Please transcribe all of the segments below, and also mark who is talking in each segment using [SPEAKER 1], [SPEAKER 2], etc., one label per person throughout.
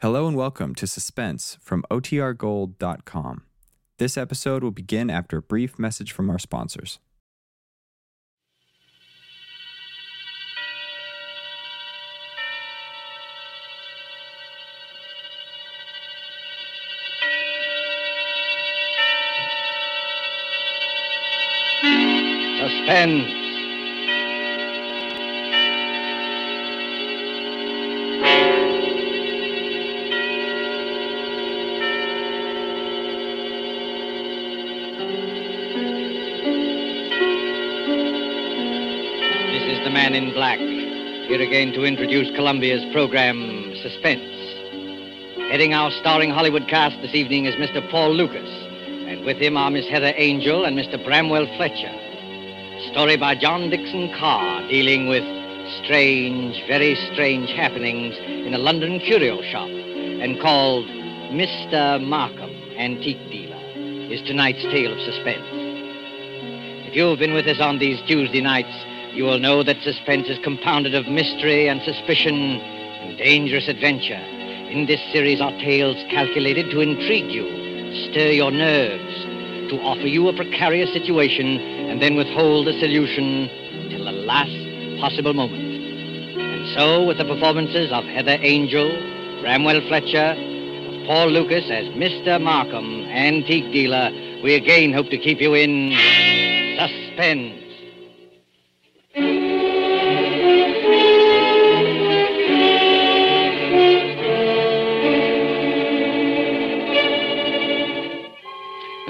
[SPEAKER 1] Hello and welcome to Suspense from OTRGold.com. This episode will begin after a brief message from our sponsors.
[SPEAKER 2] Suspense. This is the man in black, here again to introduce Columbia's program, Suspense. Heading our starring Hollywood cast this evening is Mr. Paul Lucas, and with him are Miss Heather Angel and Mr. Bramwell Fletcher. Story by John Dixon Carr dealing with strange, very strange happenings in a London curio shop and called Mr. Markham, Antique Dealer, is tonight's tale of suspense. If you've been with us on these Tuesday nights, you will know that suspense is compounded of mystery and suspicion and dangerous adventure. In this series are tales calculated to intrigue you, stir your nerves, to offer you a precarious situation and then withhold the solution till the last possible moment. And so, with the performances of Heather Angel, Bramwell Fletcher, of Paul Lucas as Mr. Markham, antique dealer, we again hope to keep you in suspense.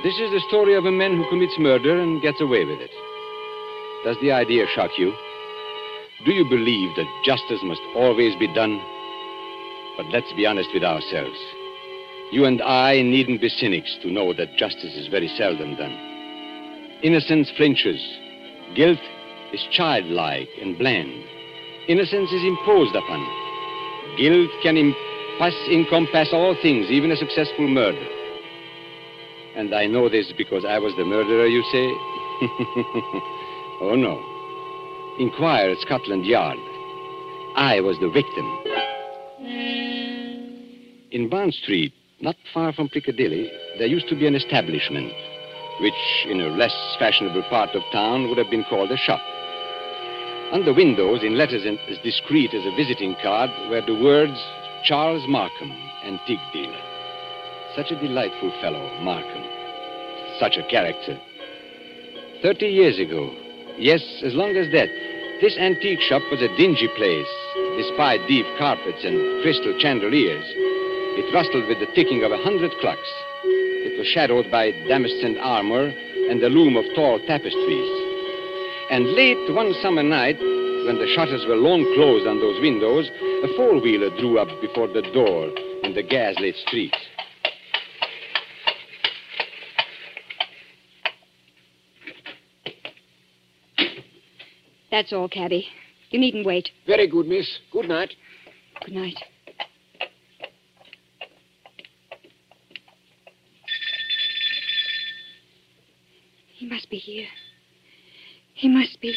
[SPEAKER 3] This is the story of a man who commits murder and gets away with it. Does the idea shock you? Do you believe that justice must always be done? But let's be honest with ourselves. You and I needn't be cynics to know that justice is very seldom done. Innocence flinches. Guilt is childlike and bland. Innocence is imposed upon. Guilt can impass, encompass all things, even a successful murder. And I know this because I was the murderer, you say? oh, no. Inquire at Scotland Yard. I was the victim. In Bond Street, not far from Piccadilly, there used to be an establishment, which in a less fashionable part of town would have been called a shop. On the windows, in letters in- as discreet as a visiting card, were the words Charles Markham, antique dealer. Such a delightful fellow, Markham. Such a character. Thirty years ago, yes, as long as that, this antique shop was a dingy place, despite deep carpets and crystal chandeliers. It rustled with the ticking of a hundred clocks. It was shadowed by damascened armor and the loom of tall tapestries. And late one summer night, when the shutters were long closed on those windows, a four-wheeler drew up before the door in the gas-lit street.
[SPEAKER 4] That's all, cabby. You needn't wait.
[SPEAKER 5] Very good, miss. Good night.
[SPEAKER 4] Good night. He must be here. He must be.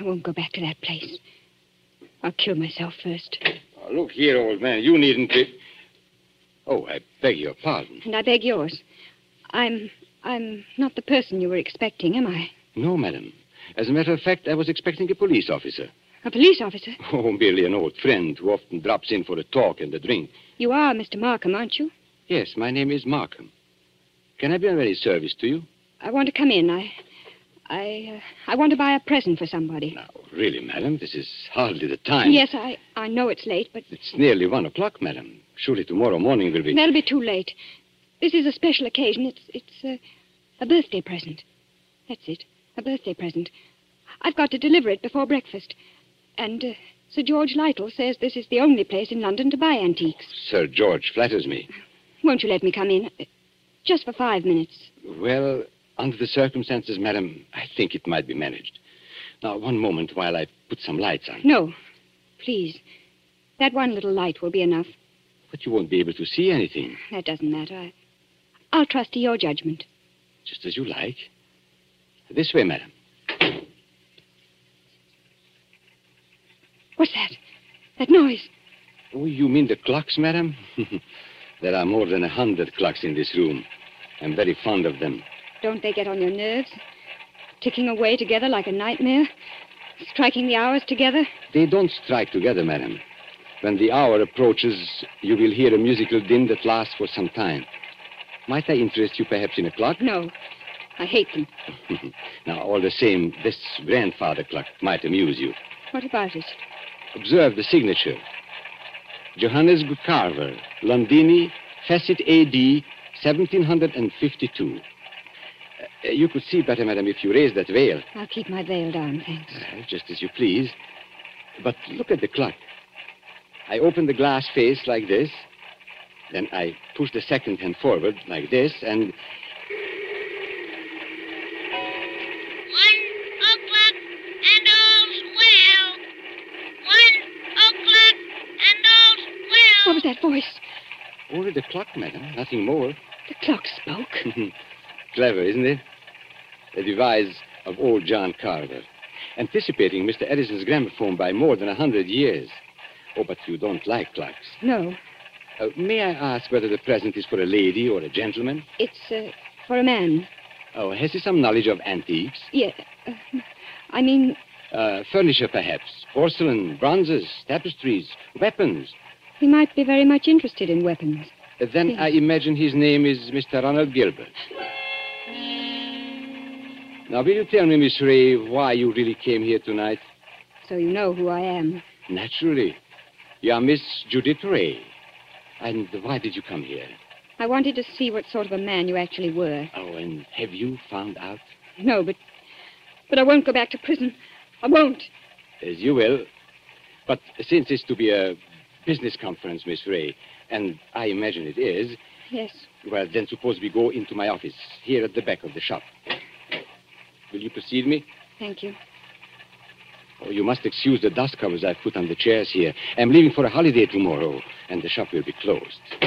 [SPEAKER 4] I won't go back to that place. I'll kill myself first.
[SPEAKER 3] Oh, look here, old man. You needn't be. Oh, I beg your pardon.
[SPEAKER 4] And I beg yours. I'm. I'm not the person you were expecting, am I?
[SPEAKER 3] No, madam. As a matter of fact, I was expecting a police officer.
[SPEAKER 4] A police officer?
[SPEAKER 3] Oh, merely an old friend who often drops in for a talk and a drink.
[SPEAKER 4] You are Mr. Markham, aren't you?
[SPEAKER 3] Yes, my name is Markham. Can I be of any service to you?
[SPEAKER 4] I want to come in. I. I. Uh, I want to buy a present for somebody.
[SPEAKER 3] Now, really, madam, this is hardly the time.
[SPEAKER 4] Yes, I. I know it's late, but
[SPEAKER 3] It's nearly one o'clock, madam. Surely tomorrow morning will be.
[SPEAKER 4] That'll be too late. This is a special occasion. It's it's a, a birthday present. That's it. A birthday present. I've got to deliver it before breakfast. And uh, Sir George Lytle says this is the only place in London to buy antiques.
[SPEAKER 3] Sir George flatters me.
[SPEAKER 4] Won't you let me come in? Uh, Just for five minutes.
[SPEAKER 3] Well, under the circumstances, madam, I think it might be managed. Now, one moment while I put some lights on.
[SPEAKER 4] No, please. That one little light will be enough.
[SPEAKER 3] But you won't be able to see anything,
[SPEAKER 4] That doesn't matter. I, I'll trust to your judgment.
[SPEAKER 3] just as you like. This way, madam.
[SPEAKER 4] What's that? That noise.
[SPEAKER 3] Oh, you mean the clocks, madam? there are more than a hundred clocks in this room. I'm very fond of them.
[SPEAKER 4] Don't they get on your nerves? Ticking away together like a nightmare? Striking the hours together?
[SPEAKER 3] They don't strike together, madam. When the hour approaches, you will hear a musical din that lasts for some time. Might I interest you perhaps in a clock?
[SPEAKER 4] No. I hate them.
[SPEAKER 3] Now, all the same, this grandfather clock might amuse you.
[SPEAKER 4] What about it?
[SPEAKER 3] Observe the signature. Johannes G. Carver, Londini, Facet AD, 1752. Uh, you could see better, madam, if you raised that veil.
[SPEAKER 4] I'll keep my veil down, thanks.
[SPEAKER 3] Uh, Just as you please. But look at the clock. I open the glass face like this. Then I push the second hand forward like this, and
[SPEAKER 5] One o'clock and all's well. One o'clock and all's well.
[SPEAKER 4] What was that voice?
[SPEAKER 3] only the clock, madam, nothing more.
[SPEAKER 4] The clock spoke.
[SPEAKER 3] Clever, isn't it? A device of old John Carver, anticipating Mr. Edison's gramophone by more than a hundred years. Oh, but you don't like clocks.
[SPEAKER 4] No,
[SPEAKER 3] Uh, may I ask whether the present is for a lady or a gentleman?
[SPEAKER 4] it's uh, for a man.
[SPEAKER 3] Oh, has he some knowledge of antiques?
[SPEAKER 4] Yeah. Uh, I mean,
[SPEAKER 3] Uh, furniture, perhaps. Porcelain, bronzes, tapestries, weapons.
[SPEAKER 4] he might be very much interested in weapons.
[SPEAKER 3] Uh, Then
[SPEAKER 4] Yes.
[SPEAKER 3] I imagine his name is Mr. Ronald Gilbert. Now, will you tell me, Miss Ray, why you really came here tonight?
[SPEAKER 4] So you know who I am.
[SPEAKER 3] Naturally. You are Miss Judith Ray. And why did you come here?
[SPEAKER 4] I wanted to see what sort of a man you actually were.
[SPEAKER 3] Oh, and have you found out?
[SPEAKER 4] No, but. But I won't go back to prison. I won't.
[SPEAKER 3] As you will. But since it's to be a business conference, Miss Ray, and I imagine it is,
[SPEAKER 4] Yes.
[SPEAKER 3] well, then suppose we go into my office here at the back of the shop. Will you precede me?
[SPEAKER 4] Thank you.
[SPEAKER 3] Oh, you must excuse the dust covers I've put on the chairs here. I'm leaving for a holiday tomorrow, and the shop will be closed.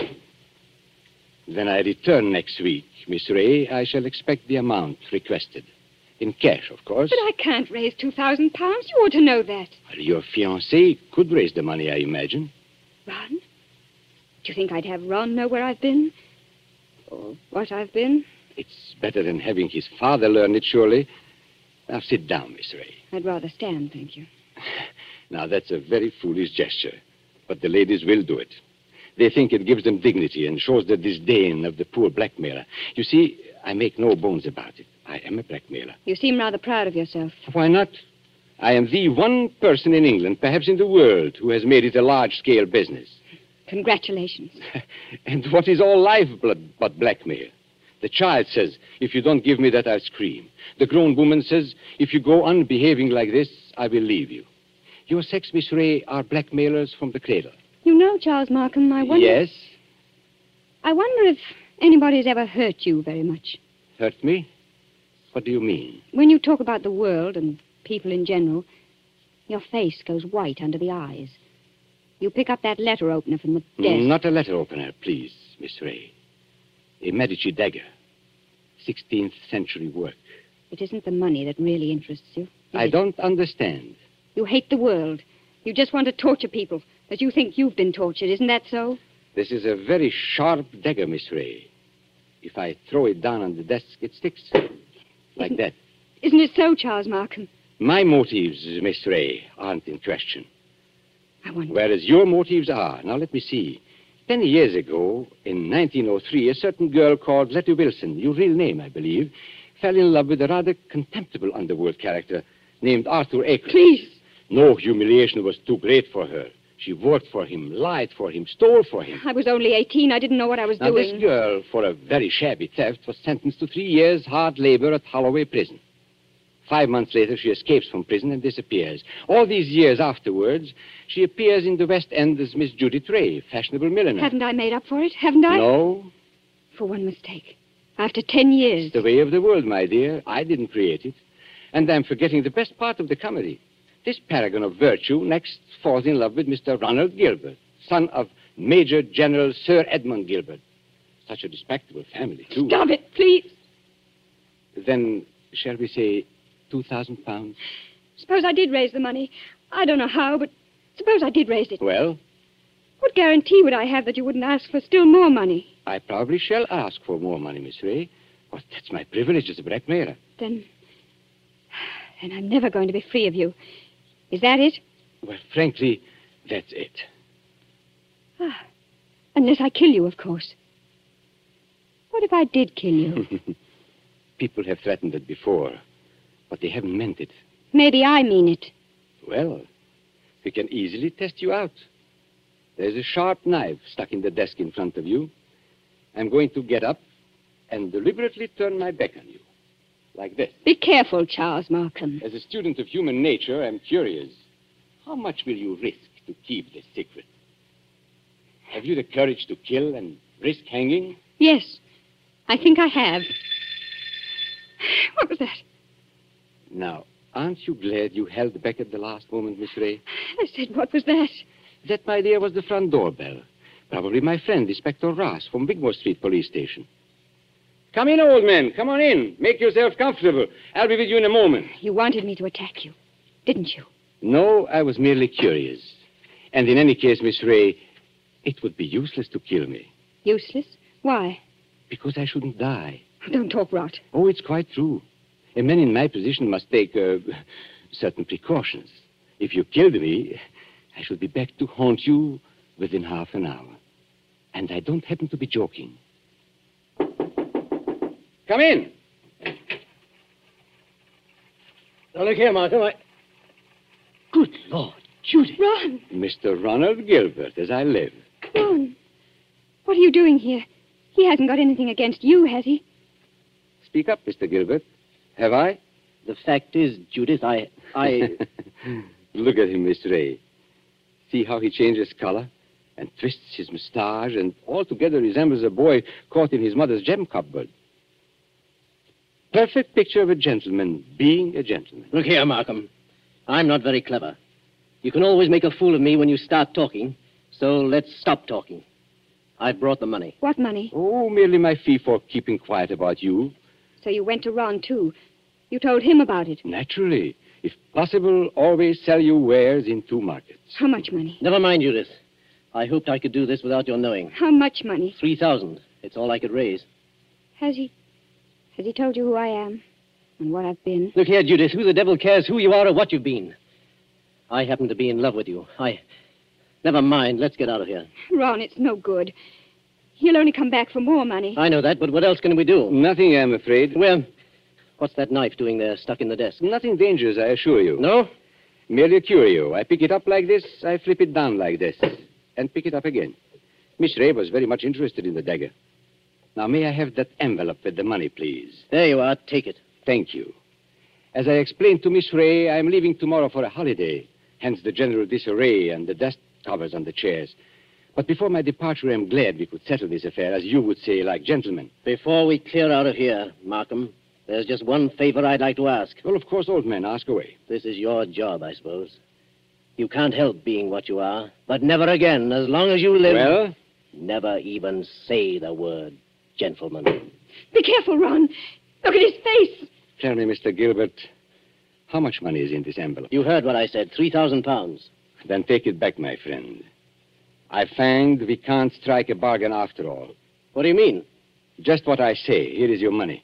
[SPEAKER 3] When I return next week, Miss Ray, I shall expect the amount requested. In cash, of course.
[SPEAKER 4] But I can't raise two thousand pounds. You ought to know that.
[SPEAKER 3] Well, Your fiancé could raise the money, I imagine.
[SPEAKER 4] Ron? Do you think I'd have Ron know where I've been? Or what I've been?
[SPEAKER 3] It's better than having his father learn it, surely. Now sit down, Miss Ray.
[SPEAKER 4] I'd rather stand, thank you.
[SPEAKER 3] Now that's a very foolish gesture, but the ladies will do it. They think it gives them dignity and shows their disdain of the poor blackmailer. You see, I make no bones about it. I am a blackmailer.
[SPEAKER 4] You seem rather proud of yourself.
[SPEAKER 3] Why not? I am the one person in England, perhaps in the world, who has made it a large scale business.
[SPEAKER 4] Congratulations.
[SPEAKER 3] And what is all life but, but blackmail? The child says, If you don't give me that, I'll scream. The grown woman says, If you go on behaving like this, I will leave you. Your sex, Miss Ray, are blackmailers from the cradle.
[SPEAKER 4] You know, Charles Markham, I wonder.
[SPEAKER 3] Yes,
[SPEAKER 4] I wonder if anybody's ever hurt you very much.
[SPEAKER 3] hurt me? What do you mean?
[SPEAKER 4] When you talk about the world and people in general, your face goes white under the eyes. You pick up that letter opener from the desk.
[SPEAKER 3] Not a letter opener, please, Miss Ray. A Medici dagger. 16th century work.
[SPEAKER 4] It isn't the money that really interests you. is
[SPEAKER 3] I
[SPEAKER 4] it?
[SPEAKER 3] don't understand.
[SPEAKER 4] You hate the world. You just want to torture people, as you think you've been tortured. Isn't that so?
[SPEAKER 3] This is a very sharp dagger, Miss Ray. If I throw it down on the desk, it sticks. Like that.
[SPEAKER 4] Isn't it so, Charles Markham?
[SPEAKER 3] My motives, Miss Ray, aren't in question.
[SPEAKER 4] I wonder.
[SPEAKER 3] Whereas your motives are. Now, let me see. Ten years ago, in 1903, a certain girl called Letty Wilson, your real name, I believe, fell in love with a rather contemptible underworld character named Arthur Aker.
[SPEAKER 4] Please.
[SPEAKER 3] No humiliation was too great for her. She worked for him, lied for him, stole for him.
[SPEAKER 4] I was only 18. I didn't know what I was
[SPEAKER 3] Now,
[SPEAKER 4] doing.
[SPEAKER 3] this girl, for a very shabby theft, was sentenced to three years' hard labor at Holloway Prison. Five months later, she escapes from prison and disappears. All these years afterwards, she appears in the West End as Miss Judith Ray, fashionable milliner.
[SPEAKER 4] Haven't I made up for it? Haven't I?
[SPEAKER 3] No,
[SPEAKER 4] For one mistake. After 10 years.
[SPEAKER 3] it's the way of the world, my dear. I didn't create it. And I'm forgetting the best part of the comedy. This paragon of virtue next falls in love with Mr. Ronald Gilbert, son of Major General Sir Edmund Gilbert. Such a respectable family, too.
[SPEAKER 4] Stop it, please.
[SPEAKER 3] Then, shall we say, 2,000 pounds?
[SPEAKER 4] Suppose I did raise the money. I don't know how, but suppose I did raise it.
[SPEAKER 3] Well,
[SPEAKER 4] What guarantee would I have that you wouldn't ask for still more money?
[SPEAKER 3] I probably shall ask for more money, Miss Ray. Well, that's my privilege as a blackmailer.
[SPEAKER 4] Then. Then I'm never going to be free of you. Is that it?
[SPEAKER 3] Well, frankly, that's it.
[SPEAKER 4] Ah, unless I kill you, of course. What if I did kill you?
[SPEAKER 3] People have threatened it before, but they haven't meant it.
[SPEAKER 4] Maybe I mean it.
[SPEAKER 3] Well, we can easily test you out. There's a sharp knife stuck in the desk in front of you. I'm going to get up and deliberately turn my back on you. Like this.
[SPEAKER 4] Be careful, Charles Markham.
[SPEAKER 3] As a student of human nature, I'm curious. How much will you risk to keep this secret? Have you the courage to kill and risk hanging?
[SPEAKER 4] Yes, I think I have. What was that?
[SPEAKER 3] Now, aren't you glad you held back at the last moment, Miss Ray?
[SPEAKER 4] I said, what was that?
[SPEAKER 3] That, my dear, was the front doorbell. Probably my friend, Inspector Ross, from Wigmore Street Police Station. Come in, old man. Come on in. Make yourself comfortable. I'll be with you in a moment.
[SPEAKER 4] You wanted me to attack you, didn't you?
[SPEAKER 3] No, I was merely curious. And in any case, Miss Ray, it would be useless to kill me
[SPEAKER 4] Useless? Why?
[SPEAKER 3] because I shouldn't die.
[SPEAKER 4] Don't talk rot.
[SPEAKER 3] Oh, it's quite true. A man in my position must take uh, certain precautions. If you killed me, I should be back to haunt you within half an hour. And I don't happen to be joking. Come in.
[SPEAKER 6] Now look here, Markham. I... Good Lord, Judy.
[SPEAKER 4] Ron!
[SPEAKER 3] Mr. Ronald Gilbert, as I live.
[SPEAKER 4] Ron! What are you doing here? He hasn't got anything against you, has he?
[SPEAKER 3] Speak up, Mr. Gilbert. Have I?
[SPEAKER 6] The fact is, Judith, I, I,
[SPEAKER 3] Look at him, Miss Ray. See how he changes color and twists his mustache and altogether resembles a boy caught in his mother's gem cupboard. Perfect picture of a gentleman being a gentleman.
[SPEAKER 6] look here, Markham. I'm not very clever. You can always make a fool of me when you start talking. So let's stop talking. I've brought the money.
[SPEAKER 4] What money?
[SPEAKER 3] Oh, merely my fee for keeping quiet about you.
[SPEAKER 4] So you went to Ron, too. You told him about it.
[SPEAKER 3] Naturally. If possible, always sell you wares in two markets.
[SPEAKER 4] How much money?
[SPEAKER 6] Never mind, Judith. I hoped I could do this without your knowing.
[SPEAKER 4] How much money?
[SPEAKER 6] Three thousand. It's all I could raise.
[SPEAKER 4] Has he. Has he told you who I am? And what I've been?
[SPEAKER 6] Look here, Judith. Who the devil cares who you are or what you've been? I happen to be in love with you. I. Never mind. Let's get out of here.
[SPEAKER 4] Ron, it's no good. He'll only come back for more money.
[SPEAKER 6] I know that, but what else can we do?
[SPEAKER 3] Nothing, I'm afraid.
[SPEAKER 6] Well, what's that knife doing there stuck in the desk?
[SPEAKER 3] Nothing dangerous, I assure you.
[SPEAKER 6] No?
[SPEAKER 3] Merely a curio. I pick it up like this, I flip it down like this, and pick it up again. Miss Ray was very much interested in the dagger. Now, may I have that envelope with the money, please?
[SPEAKER 6] There you are. Take it.
[SPEAKER 3] Thank you. As I explained to Miss Ray, I'm leaving tomorrow for a holiday, hence the general disarray and the dust covers on the chairs. But before my departure, I'm glad we could settle this affair, as you would say, like gentlemen.
[SPEAKER 6] Before we clear out of here, Markham, there's just one favor I'd like to ask.
[SPEAKER 3] Well, of course, old man, ask away.
[SPEAKER 6] This is your job, I suppose. You can't help being what you are, but never again, as long as you live.
[SPEAKER 3] Well,
[SPEAKER 6] Never even say the word, gentlemen.
[SPEAKER 4] Be careful, Ron. Look at his face.
[SPEAKER 3] tell me, Mr. Gilbert, how much money is in this envelope?
[SPEAKER 6] You heard what I said 3,000 pounds.
[SPEAKER 3] Then take it back, my friend. I fanged we can't strike a bargain after all.
[SPEAKER 6] What do you mean?
[SPEAKER 3] Just what I say. Here is your money.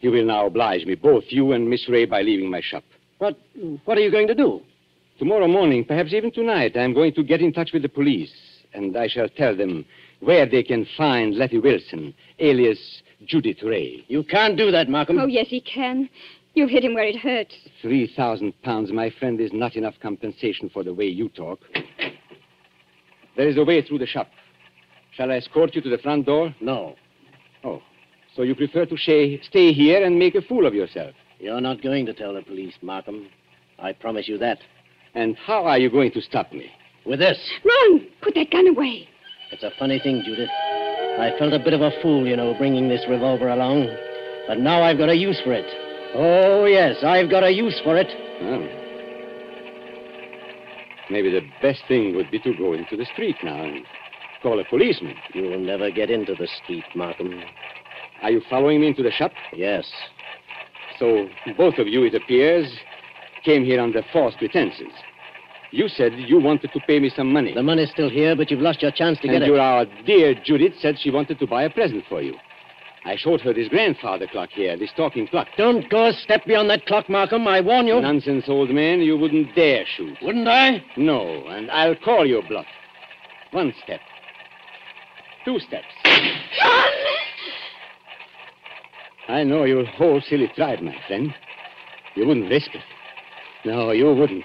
[SPEAKER 3] You will now oblige me, both you and Miss Ray, by leaving my shop.
[SPEAKER 6] What, what are you going to do?
[SPEAKER 3] Tomorrow morning, perhaps even tonight, I am going to get in touch with the police, and I shall tell them where they can find Letty Wilson, alias Judith Ray.
[SPEAKER 6] You can't do that, Markham.
[SPEAKER 4] Oh, yes, he can. You've hit him where it hurts.
[SPEAKER 3] Three thousand pounds, my friend, is not enough compensation for the way you talk. There is a way through the shop. Shall I escort you to the front door? Oh.
[SPEAKER 6] No,
[SPEAKER 3] So you prefer to shay- stay here and make a fool of yourself.
[SPEAKER 6] you're not going to tell the police, Markham. I promise you that.
[SPEAKER 3] And how are you going to stop me?
[SPEAKER 6] With this.
[SPEAKER 4] Ron, put that gun away.
[SPEAKER 6] It's a funny thing, Judith. I felt a bit of a fool, you know, bringing this revolver along. But now I've got a use for it. Oh, yes, I've got a use for it.
[SPEAKER 3] Well, maybe the best thing would be to go into the street now and call a policeman.
[SPEAKER 6] You'll never get into the street, Markham.
[SPEAKER 3] Are you following me into the shop?
[SPEAKER 6] Yes.
[SPEAKER 3] So both of you, it appears, came here under false pretenses. You said you wanted to pay me some money.
[SPEAKER 6] The money's still here, but you've lost your chance to
[SPEAKER 3] and
[SPEAKER 6] get
[SPEAKER 3] your
[SPEAKER 6] it.
[SPEAKER 3] our dear Judith said she wanted to buy a present for you. I showed her this grandfather clock here, this talking clock.
[SPEAKER 6] Don't go a step beyond that clock, Markham. I warn you.
[SPEAKER 3] Nonsense, old man. You wouldn't dare shoot.
[SPEAKER 6] Wouldn't I?
[SPEAKER 3] No, and I'll call your bluff. One step. Two steps. I know your whole silly tribe, my friend. You wouldn't risk it. No, you wouldn't.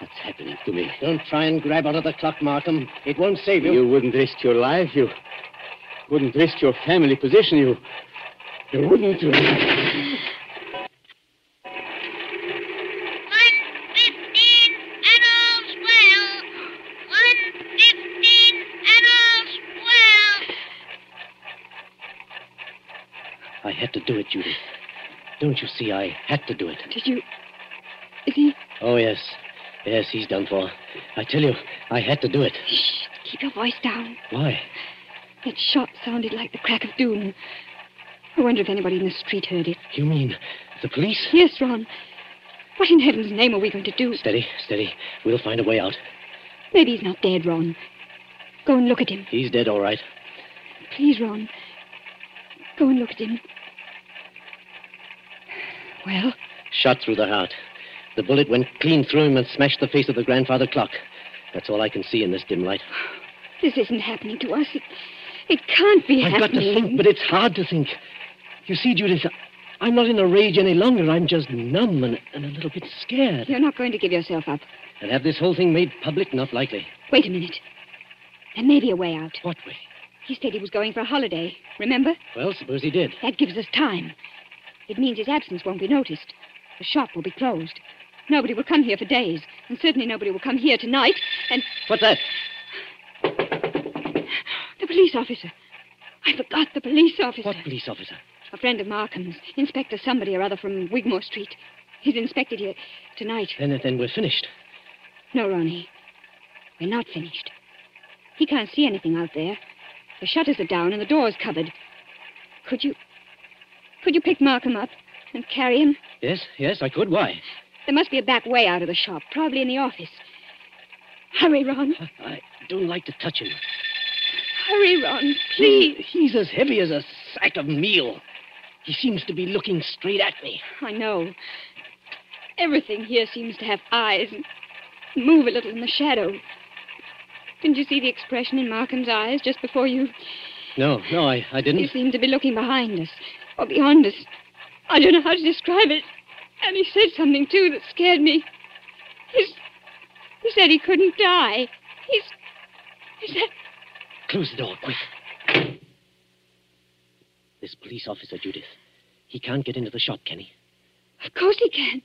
[SPEAKER 3] What's happening to me?
[SPEAKER 6] Don't try and grab onto the clock, Markham. It won't save you.
[SPEAKER 3] You wouldn't risk your life. You wouldn't risk your family position. You. You wouldn't.
[SPEAKER 5] One fifteen and all's well. One fifteen and all's well.
[SPEAKER 6] I had to do it, Judith. Don't you see? I had to do it.
[SPEAKER 4] Did you. Is he.
[SPEAKER 6] Oh, yes. Yes, he's done for. I tell you, I had to do it.
[SPEAKER 4] Shh. Keep your voice down.
[SPEAKER 6] Why?
[SPEAKER 4] That shot sounded like the crack of doom. I wonder if anybody in the street heard it.
[SPEAKER 6] You mean the police?
[SPEAKER 4] Yes, Ron. What in heaven's name are we going to do?
[SPEAKER 6] Steady, steady. We'll find a way out.
[SPEAKER 4] Maybe he's not dead, Ron. Go and look at him.
[SPEAKER 6] He's dead, all right.
[SPEAKER 4] Please, Ron. Go and look at him. Well,
[SPEAKER 6] Shot through the heart. The bullet went clean through him and smashed the face of the grandfather clock. That's all I can see in this dim light.
[SPEAKER 4] this isn't happening to us. It, it can't be
[SPEAKER 6] I've got
[SPEAKER 4] happening.
[SPEAKER 6] to think, but it's hard to think. You see, Judith, I'm not in a rage any longer. I'm just numb and, and a little bit scared.
[SPEAKER 4] You're not going to give yourself up.
[SPEAKER 6] And have this whole thing made public? Not likely.
[SPEAKER 4] Wait a minute. There may be a way out.
[SPEAKER 6] What way?
[SPEAKER 4] He said he was going for a holiday. Remember?
[SPEAKER 6] Well, suppose he did.
[SPEAKER 4] That gives us time. It means his absence won't be noticed. The shop will be closed. Nobody will come here for days, and certainly nobody will come here tonight. And
[SPEAKER 6] What's that?
[SPEAKER 4] the police officer. I forgot the police officer.
[SPEAKER 6] What police officer?
[SPEAKER 4] A friend of Markham's, Inspector somebody or other from Wigmore Street. He's inspected here tonight.
[SPEAKER 6] Then, then we're finished.
[SPEAKER 4] No, Ronnie. We're not finished. He can't see anything out there. The shutters are down and the door's covered. Could you. Could you pick Markham up and carry him?
[SPEAKER 6] Yes, yes, I could. Why?
[SPEAKER 4] There must be a back way out of the shop, probably in the office. Hurry, Ron.
[SPEAKER 6] I don't like to touch him.
[SPEAKER 4] Hurry, Ron, please.
[SPEAKER 6] He's as heavy as a sack of meal. He seems to be looking straight at me.
[SPEAKER 4] I know. Everything here seems to have eyes and move a little in the shadow. Didn't you see the expression in Markham's eyes just before you?
[SPEAKER 6] No, no, I, I
[SPEAKER 4] He
[SPEAKER 6] didn't.
[SPEAKER 4] seemed to be looking behind us or beyond us. I don't know how to describe it. And he said something, too, that scared me. He's, he said he couldn't die. He's. He said.
[SPEAKER 6] Close the door, quick. This police officer, Judith. He can't get into the shop, can he?
[SPEAKER 4] Of course he can.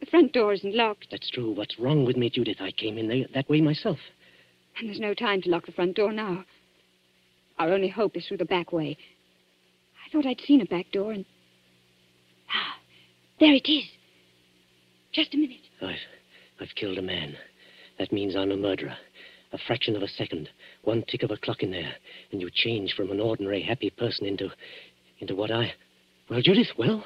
[SPEAKER 4] The front door isn't locked,
[SPEAKER 6] That's true. What's wrong with me, Judith? I came in there that way myself.
[SPEAKER 4] and there's no time to lock the front door now. Our only hope is through the back way. I thought I'd seen a back door, and. Ah, there it is. Just a minute.
[SPEAKER 6] I've, I've killed a man. That means I'm a murderer. A fraction of a second, one tick of a clock in there, and you change from an ordinary happy person into, into what I. Well, Judith, well,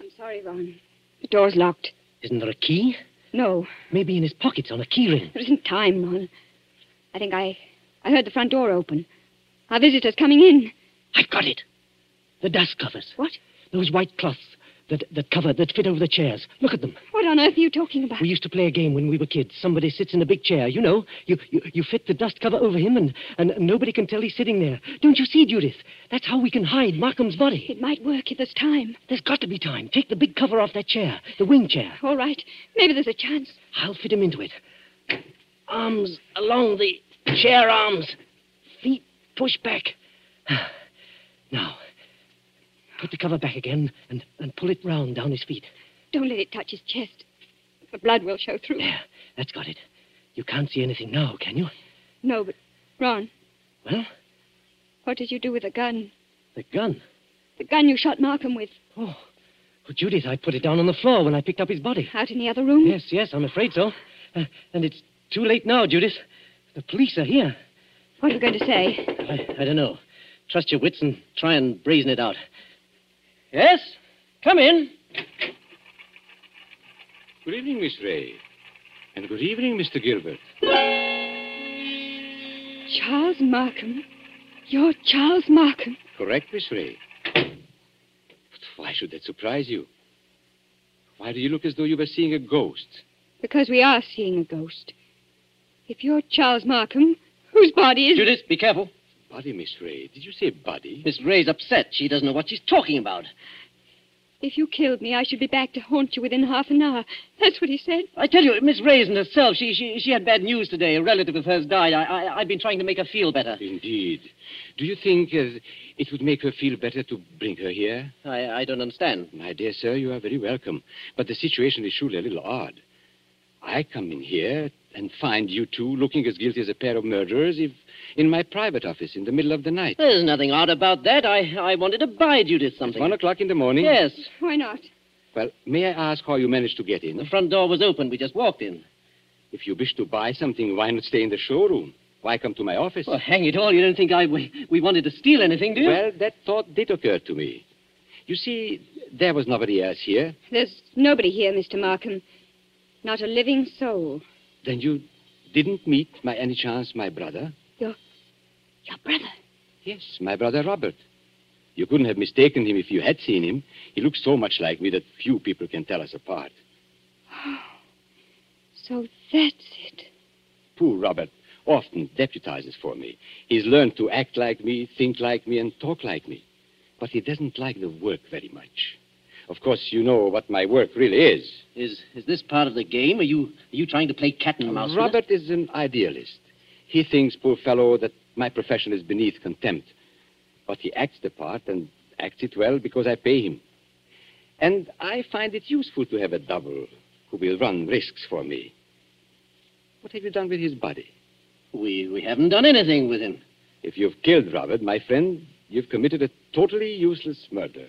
[SPEAKER 4] I'm sorry, Ron. The door's locked.
[SPEAKER 6] isn't there a key?
[SPEAKER 4] No,
[SPEAKER 6] Maybe in his pockets on a key ring.
[SPEAKER 4] there isn't time, Ron. I think I. I heard the front door open. Our visitor's coming in.
[SPEAKER 6] I've got it. The dust covers.
[SPEAKER 4] What?
[SPEAKER 6] Those white cloths that, that cover, that fit over the chairs. Look at them.
[SPEAKER 4] What on earth are you talking about?
[SPEAKER 6] We used to play a game when we were kids. Somebody sits in a big chair, you know. You, you, you fit the dust cover over him, and, and nobody can tell he's sitting there. Don't you see, Judith? That's how we can hide Markham's body.
[SPEAKER 4] It might work if there's time.
[SPEAKER 6] There's got to be time. Take the big cover off that chair, the wing chair.
[SPEAKER 4] All right. Maybe there's a chance.
[SPEAKER 6] I'll fit him into it. Arms along the chair arms. Feet push back. Now, put the cover back again and, and pull it round down his feet.
[SPEAKER 4] Don't let it touch his chest. The blood will show through.
[SPEAKER 6] There, that's got it. You can't see anything now, can you?
[SPEAKER 4] No, but Ron,
[SPEAKER 6] Well,
[SPEAKER 4] what did you do with the gun?
[SPEAKER 6] the gun.
[SPEAKER 4] The gun you shot Markham with
[SPEAKER 6] Oh, oh Judith, I put it down on the floor when I picked up his body.
[SPEAKER 4] out in the other room?
[SPEAKER 6] Yes, yes, I'm afraid so. Uh, and it's too late now, Judith. The police are here.
[SPEAKER 4] What are you going to say?
[SPEAKER 6] I, I don't know. Trust your wits and try and brazen it out. Yes? Come in.
[SPEAKER 3] Good evening, Miss Ray. And good evening, Mr. Gilbert.
[SPEAKER 4] Charles Markham. You're Charles Markham.
[SPEAKER 3] Correct, Miss Ray. But why should that surprise you? Why do you look as though you were seeing a ghost?
[SPEAKER 4] Because we are seeing a ghost. If you're Charles Markham, whose body is.
[SPEAKER 6] Judith, be careful.
[SPEAKER 3] Buddy, Miss Ray. Did you say buddy?
[SPEAKER 6] Miss Ray's upset. She doesn't know what she's talking about.
[SPEAKER 4] If you killed me, I should be back to haunt you within half an hour. That's what he said.
[SPEAKER 6] I tell you, Miss Ray isn't herself. She, she, she had bad news today. A relative of hers died. I, I, I've been trying to make her feel better.
[SPEAKER 3] Indeed. Do you think uh, it would make her feel better to bring her here?
[SPEAKER 6] I, I don't understand.
[SPEAKER 3] My dear sir, you are very welcome. But the situation is surely a little odd. I come in here and find you two looking as guilty as a pair of murderers if, in my private office in the middle of the night.
[SPEAKER 6] There's nothing odd about that. I, I wanted to buy Judith
[SPEAKER 3] At
[SPEAKER 6] something.
[SPEAKER 3] one o'clock in the morning?
[SPEAKER 6] Yes.
[SPEAKER 4] Why not?
[SPEAKER 3] Well, may I ask how you managed to get
[SPEAKER 6] The
[SPEAKER 3] in?
[SPEAKER 6] front door was open. We just walked in.
[SPEAKER 3] If you wish to buy something, why not stay in the showroom? Why come to my office?
[SPEAKER 6] Well, hang it all. You don't think I, we, we wanted to steal anything, do you?
[SPEAKER 3] Well, that thought did occur to me. You see, there was nobody else here.
[SPEAKER 4] There's nobody here, Mr. Markham. Not a living soul.
[SPEAKER 3] Then you didn't meet, by any chance, my brother?
[SPEAKER 4] Your brother.
[SPEAKER 3] Yes, my brother Robert. You couldn't have mistaken him if you had seen him. He looks so much like me that few people can tell us apart.
[SPEAKER 4] So that's it.
[SPEAKER 3] Poor Robert often deputizes for me. He's learned to act like me, think like me, and talk like me. But he doesn't like the work very much. Of course, you know what my work really is.
[SPEAKER 6] Is, is this part of the game? Are you, are you trying to play cat and mouse? with us?
[SPEAKER 3] Robert is an idealist. He thinks, poor fellow, that my profession is beneath contempt. But he acts the part and acts it well because I pay him. And I find it useful to have a double who will run risks for me. What have you done with his body?
[SPEAKER 6] We, we haven't done anything with him.
[SPEAKER 3] If you've killed Robert, my friend, you've committed a totally useless murder.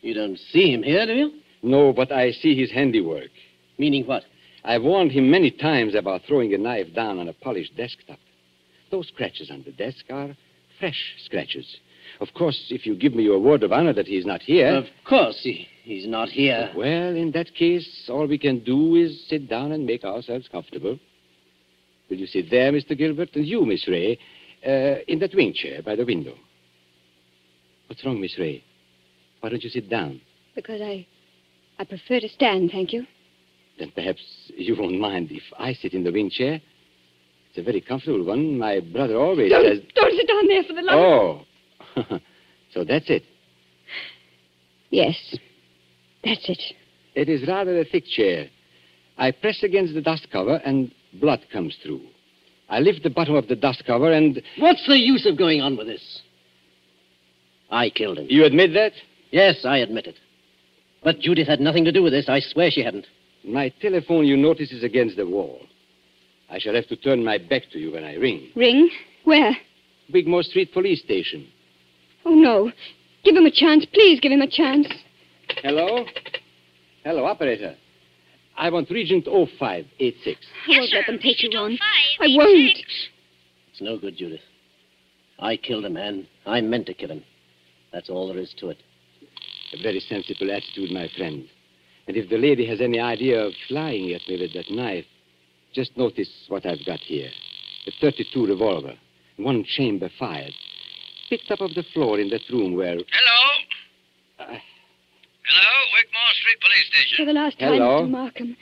[SPEAKER 6] You don't see him here, do you?
[SPEAKER 3] No, but I see his handiwork.
[SPEAKER 6] Meaning what?
[SPEAKER 3] I've warned him many times about throwing a knife down on a polished desktop. Those scratches on the desk are fresh scratches. Of course, if you give me your word of honor that he's not here.
[SPEAKER 6] Of course, he, he's not here.
[SPEAKER 3] Well, in that case, all we can do is sit down and make ourselves comfortable. Will you sit there, Mr. Gilbert, and you, Miss Ray, uh, in that wing chair by the window? What's wrong, Miss Ray? Why don't you sit down?
[SPEAKER 4] Because I. I prefer to stand, thank you.
[SPEAKER 3] Then perhaps you won't mind if I sit in the wing chair. It's a very comfortable one. My brother always says.
[SPEAKER 4] don't sit down there for the love.
[SPEAKER 3] Oh, so that's it.
[SPEAKER 4] Yes. That's it.
[SPEAKER 3] It is rather a thick chair. I press against the dust cover and blood comes through. I lift the bottom of the dust cover and.
[SPEAKER 6] What's the use of going on with this? I killed him.
[SPEAKER 3] You admit that?
[SPEAKER 6] Yes, I admit it. But Judith had nothing to do with this. I swear she hadn't.
[SPEAKER 3] My telephone, you notice, is against the wall. I shall have to turn my back to you when I ring.
[SPEAKER 4] Ring? Where?
[SPEAKER 3] Wigmore Street Police Station.
[SPEAKER 4] Oh, no. Give him a chance. Please give him a chance.
[SPEAKER 3] Hello? Hello, operator. I want Regent 0586.
[SPEAKER 4] I won't let them take you on. I
[SPEAKER 5] Five,
[SPEAKER 4] won't.
[SPEAKER 6] It's no good, Judith. I killed a man. I meant to kill him. That's all there is to it.
[SPEAKER 3] A very sensible attitude, my friend. And if the lady has any idea of flying at me with that knife, just notice what I've got here. A 32 revolver, one chamber fired, picked up off the floor in that room where...
[SPEAKER 5] Hello?
[SPEAKER 3] Uh.
[SPEAKER 5] Hello, Wigmore Street Police
[SPEAKER 4] For
[SPEAKER 5] Station.
[SPEAKER 4] the last
[SPEAKER 3] Hello?
[SPEAKER 4] time, Mr. Markham.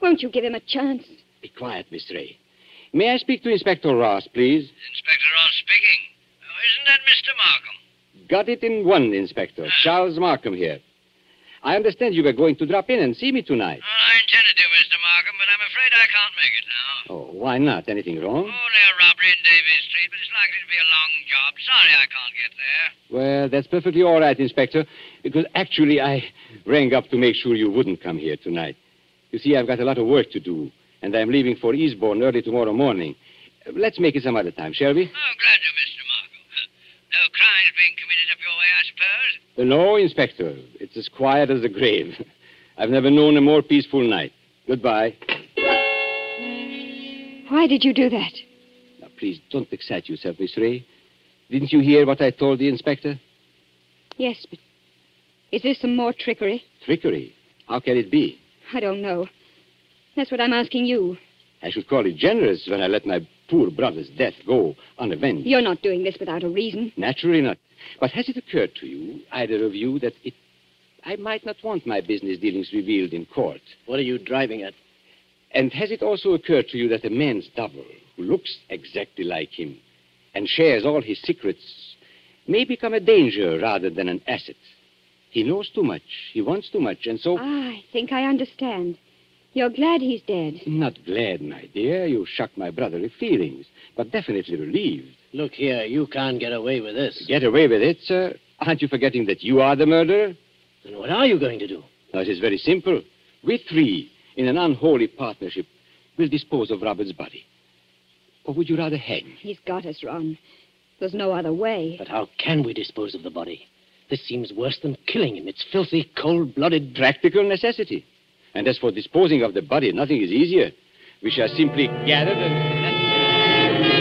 [SPEAKER 4] Won't you give him a chance?
[SPEAKER 3] Be quiet, Miss Ray. May I speak to Inspector Ross, please?
[SPEAKER 5] Inspector Ross speaking. Oh, isn't that Mr. Markham?
[SPEAKER 3] Got it in one, Inspector. Charles Markham here. I understand you were going to drop in and see me tonight.
[SPEAKER 5] Well, Oh, I intended to, Mr. Markham, but I'm afraid I can't make it now.
[SPEAKER 3] Oh, why not? Anything wrong?
[SPEAKER 5] Only a robbery in Davies Street, but it's likely to be a long job. Sorry I can't get there.
[SPEAKER 3] Well, that's perfectly all right, Inspector, because actually I rang up to make sure you wouldn't come here tonight. You see, I've got a lot of work to do, and I'm leaving for Eastbourne early tomorrow morning. Uh, Let's make it some other time, shall we?
[SPEAKER 5] Oh, glad to, Mr. Markham. No crimes being committed up your way,
[SPEAKER 3] Uh,
[SPEAKER 5] I suppose.
[SPEAKER 3] No, Inspector. It's as quiet as a grave. I've never known a more peaceful night. Goodbye.
[SPEAKER 4] Why did you do that?
[SPEAKER 3] Now, please don't excite yourself, Miss Ray. Didn't you hear what I told the inspector?
[SPEAKER 4] Yes, but. Is this some more trickery?
[SPEAKER 3] Trickery. How can it be?
[SPEAKER 4] I don't know. That's what I'm asking you.
[SPEAKER 3] I should call it generous when I let my poor brother's death go unavenged.
[SPEAKER 4] You're not doing this without a reason.
[SPEAKER 3] Naturally not. But has it occurred to you, either of you, that it I might not want my business dealings revealed in court?
[SPEAKER 6] What are you driving at?
[SPEAKER 3] And has it also occurred to you that a man's double, who looks exactly like him and shares all his secrets, may become a danger rather than an asset? He knows too much, he wants too much, and so.
[SPEAKER 4] I think I understand. You're glad he's dead.
[SPEAKER 3] Not glad, my dear. You shock my brotherly feelings, but definitely relieved.
[SPEAKER 6] Look here, you can't get away with this.
[SPEAKER 3] Get away with it, sir. Aren't you forgetting that you are the murderer?
[SPEAKER 6] Then what are you going to do?
[SPEAKER 3] Now, it is very simple. We three, in an unholy partnership, will dispose of Robert's body. Or would you rather hang?
[SPEAKER 4] He's got us, Ron. There's no other way.
[SPEAKER 6] But how can we dispose of the body? This seems worse than killing him. It's filthy, cold blooded.
[SPEAKER 3] Practical necessity. And as for disposing of the body, nothing is easier. We shall simply gather the.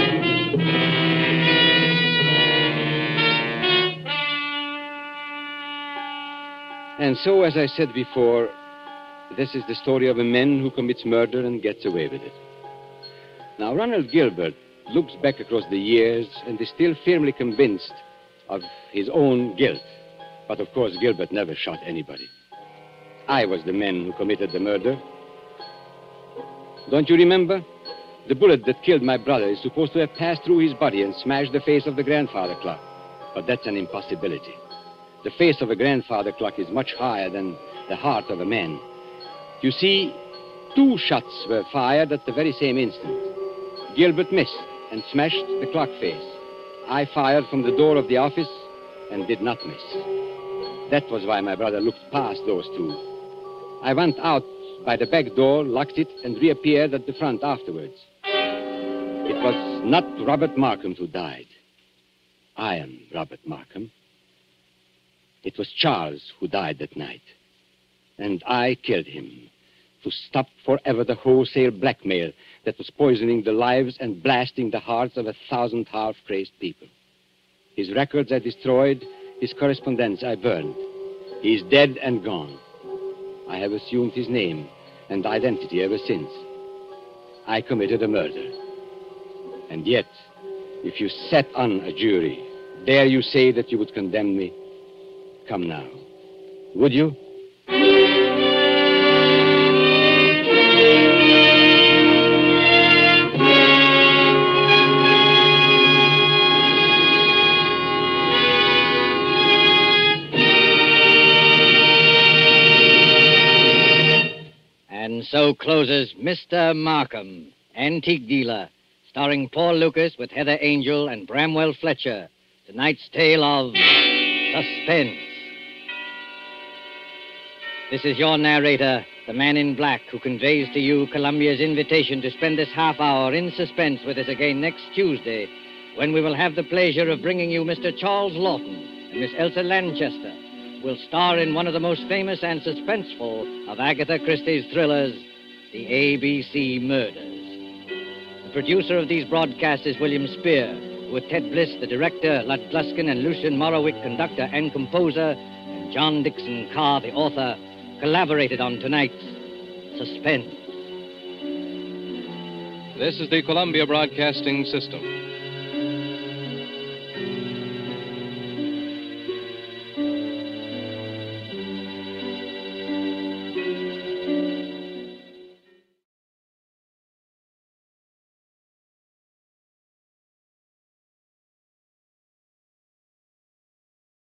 [SPEAKER 3] And so, as I said before, this is the story of a man who commits murder and gets away with it. Now, Ronald Gilbert looks back across the years and is still firmly convinced of his own guilt. But of course, Gilbert never shot anybody. I was the man who committed the murder. Don't you remember? The bullet that killed my brother is supposed to have passed through his body and smashed the face of the grandfather clock. But that's an impossibility. The face of a grandfather clock is much higher than the heart of a man. You see, two shots were fired at the very same instant. Gilbert missed and smashed the clock face. I fired from the door of the office and did not miss. That was why my brother looked past those two. I went out by the back door, locked it, and reappeared at the front afterwards. It was not Robert Markham who died. I am Robert Markham. It was Charles who died that night. And I killed him to stop forever the wholesale blackmail that was poisoning the lives and blasting the hearts of a thousand half crazed people. His records I destroyed, his correspondence I burned. He is dead and gone. I have assumed his name and identity ever since. I committed a murder. And yet, if you sat on a jury, dare you say that you would condemn me? Come now. Would you?
[SPEAKER 2] And so closes Mr. Markham, Antique Dealer, starring Paul Lucas with Heather Angel and Bramwell Fletcher. Tonight's tale of suspense. This is your narrator, the man in black, who conveys to you Columbia's invitation to spend this half hour in suspense with us again next Tuesday, when we will have the pleasure of bringing you Mr. Charles Lawton and Miss Elsa Lanchester will star in one of the most famous and suspenseful of Agatha Christie's thrillers, The ABC Murders. The producer of these broadcasts is William Spear, with Ted Bliss, the director, Lud Gluskin and Lucian Morowick, conductor and composer, and John Dixon Carr, the author, collaborated on tonight's Suspense.
[SPEAKER 7] This is the Columbia Broadcasting System.